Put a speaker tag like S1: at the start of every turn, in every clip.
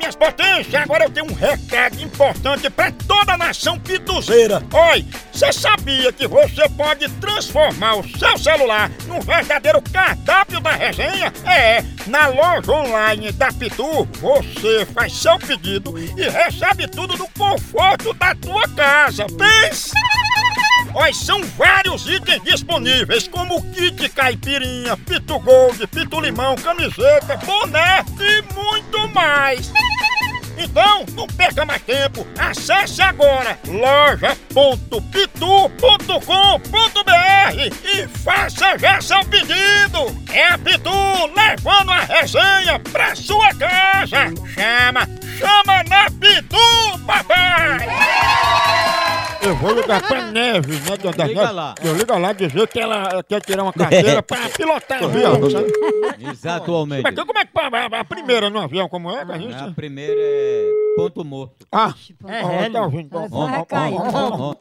S1: das potências, agora eu tenho um recado importante pra toda a nação pituzeira. Oi, você sabia que você pode transformar o seu celular num verdadeiro cardápio da resenha? É, na loja online da Pitu, você faz seu pedido e recebe tudo no conforto da tua casa. Pensa! Olha, são vários itens disponíveis, como kit caipirinha, pitu gold, pitu limão, camiseta, boné e muito mais. Então, não perca mais tempo, acesse agora loja.pitu.com.br e faça já seu pedido. É a Pitu levando a resenha pra sua casa. Chama, chama na Pitu, papai! Eu vou ligar pra Neve, né, Dona
S2: Liga
S1: Neve?
S2: lá.
S1: Eu ligo lá dizer que ela eh, quer tirar uma carteira pra pilotar avião, sabe?
S2: Exatamente.
S1: Mas então como é que pa- a, a primeira num avião como é que a
S2: A
S1: gente...
S2: primeira é ponto morto.
S1: Ah,
S3: É,
S1: ó, tá ouvindo, bom.
S3: Vai cair.
S2: Ó, ó,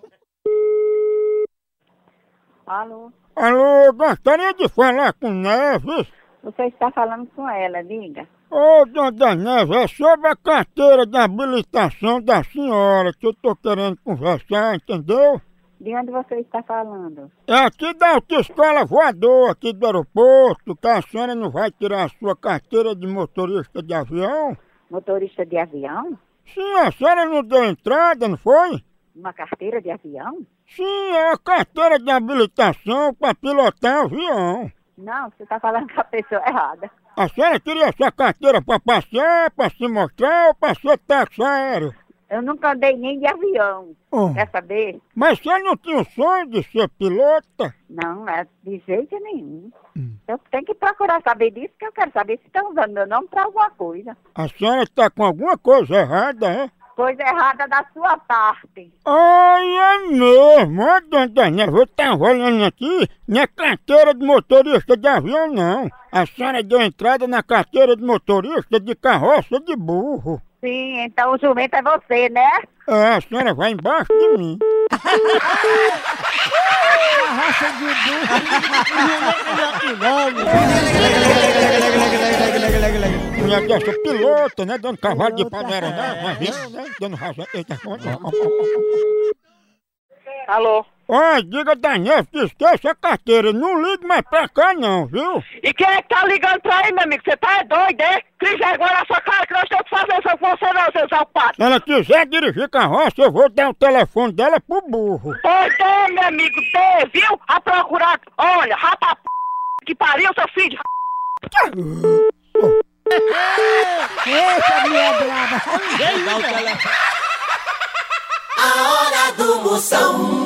S4: Alô,
S1: Alô, gostaria de falar com Neves.
S4: você está falando com ela, diga.
S1: Ô, Dona Neves, é sobre a carteira de habilitação da senhora que eu tô querendo conversar, entendeu?
S4: De onde você está falando?
S1: É aqui da autoescola voador, aqui do aeroporto, que a senhora não vai tirar a sua carteira de motorista de avião?
S4: Motorista de avião?
S1: Sim, a senhora não deu entrada, não foi?
S4: Uma carteira de avião?
S1: Sim, é a carteira de habilitação para pilotar avião.
S4: Não, você está falando com a pessoa errada.
S1: A senhora queria sua carteira para passear, para se mostrar ou para ser táxi aéreo?
S4: Eu nunca andei nem de avião.
S1: Oh,
S4: Quer saber?
S1: mas você não tinha o sonho de ser pilota?
S4: Não, é de jeito nenhum. Eu tenho que procurar saber disso, que eu quero saber se estão usando meu nome para alguma coisa.
S1: A senhora está com alguma coisa errada, é?
S4: Coisa errada da sua parte.
S1: Ai, é mesmo, ó, dona Daniela, eu tava olhando aqui, não é carteira de motorista de avião, não. A senhora deu entrada na carteira de motorista de carroça de burro.
S4: Sim, então o jumento é você, né?
S1: É, a senhora vai embaixo de mim. Mulher dessa pilota, né? Dando cavalo de panela, né? Mas isso, né? Dando razão. Eita, ó, ó, ó, ó.
S5: Alô?
S1: Ó, diga da Neve que esqueça a carteira. Não ligue mais pra cá, não, viu?
S5: E quem é que tá ligando pra aí, meu amigo? Você tá é doido, é? Que vergonha na sua cara que nós temos que fazer isso com você não, seu salpado.
S1: Se ela quiser dirigir carroça, eu vou dar o telefone dela pro burro.
S5: Pois é, meu amigo, dê, viu? A procurar, olha, rapa p... que pariu, seu filho de r****.
S2: ó. Dá o telefone.
S6: A hora do Moção.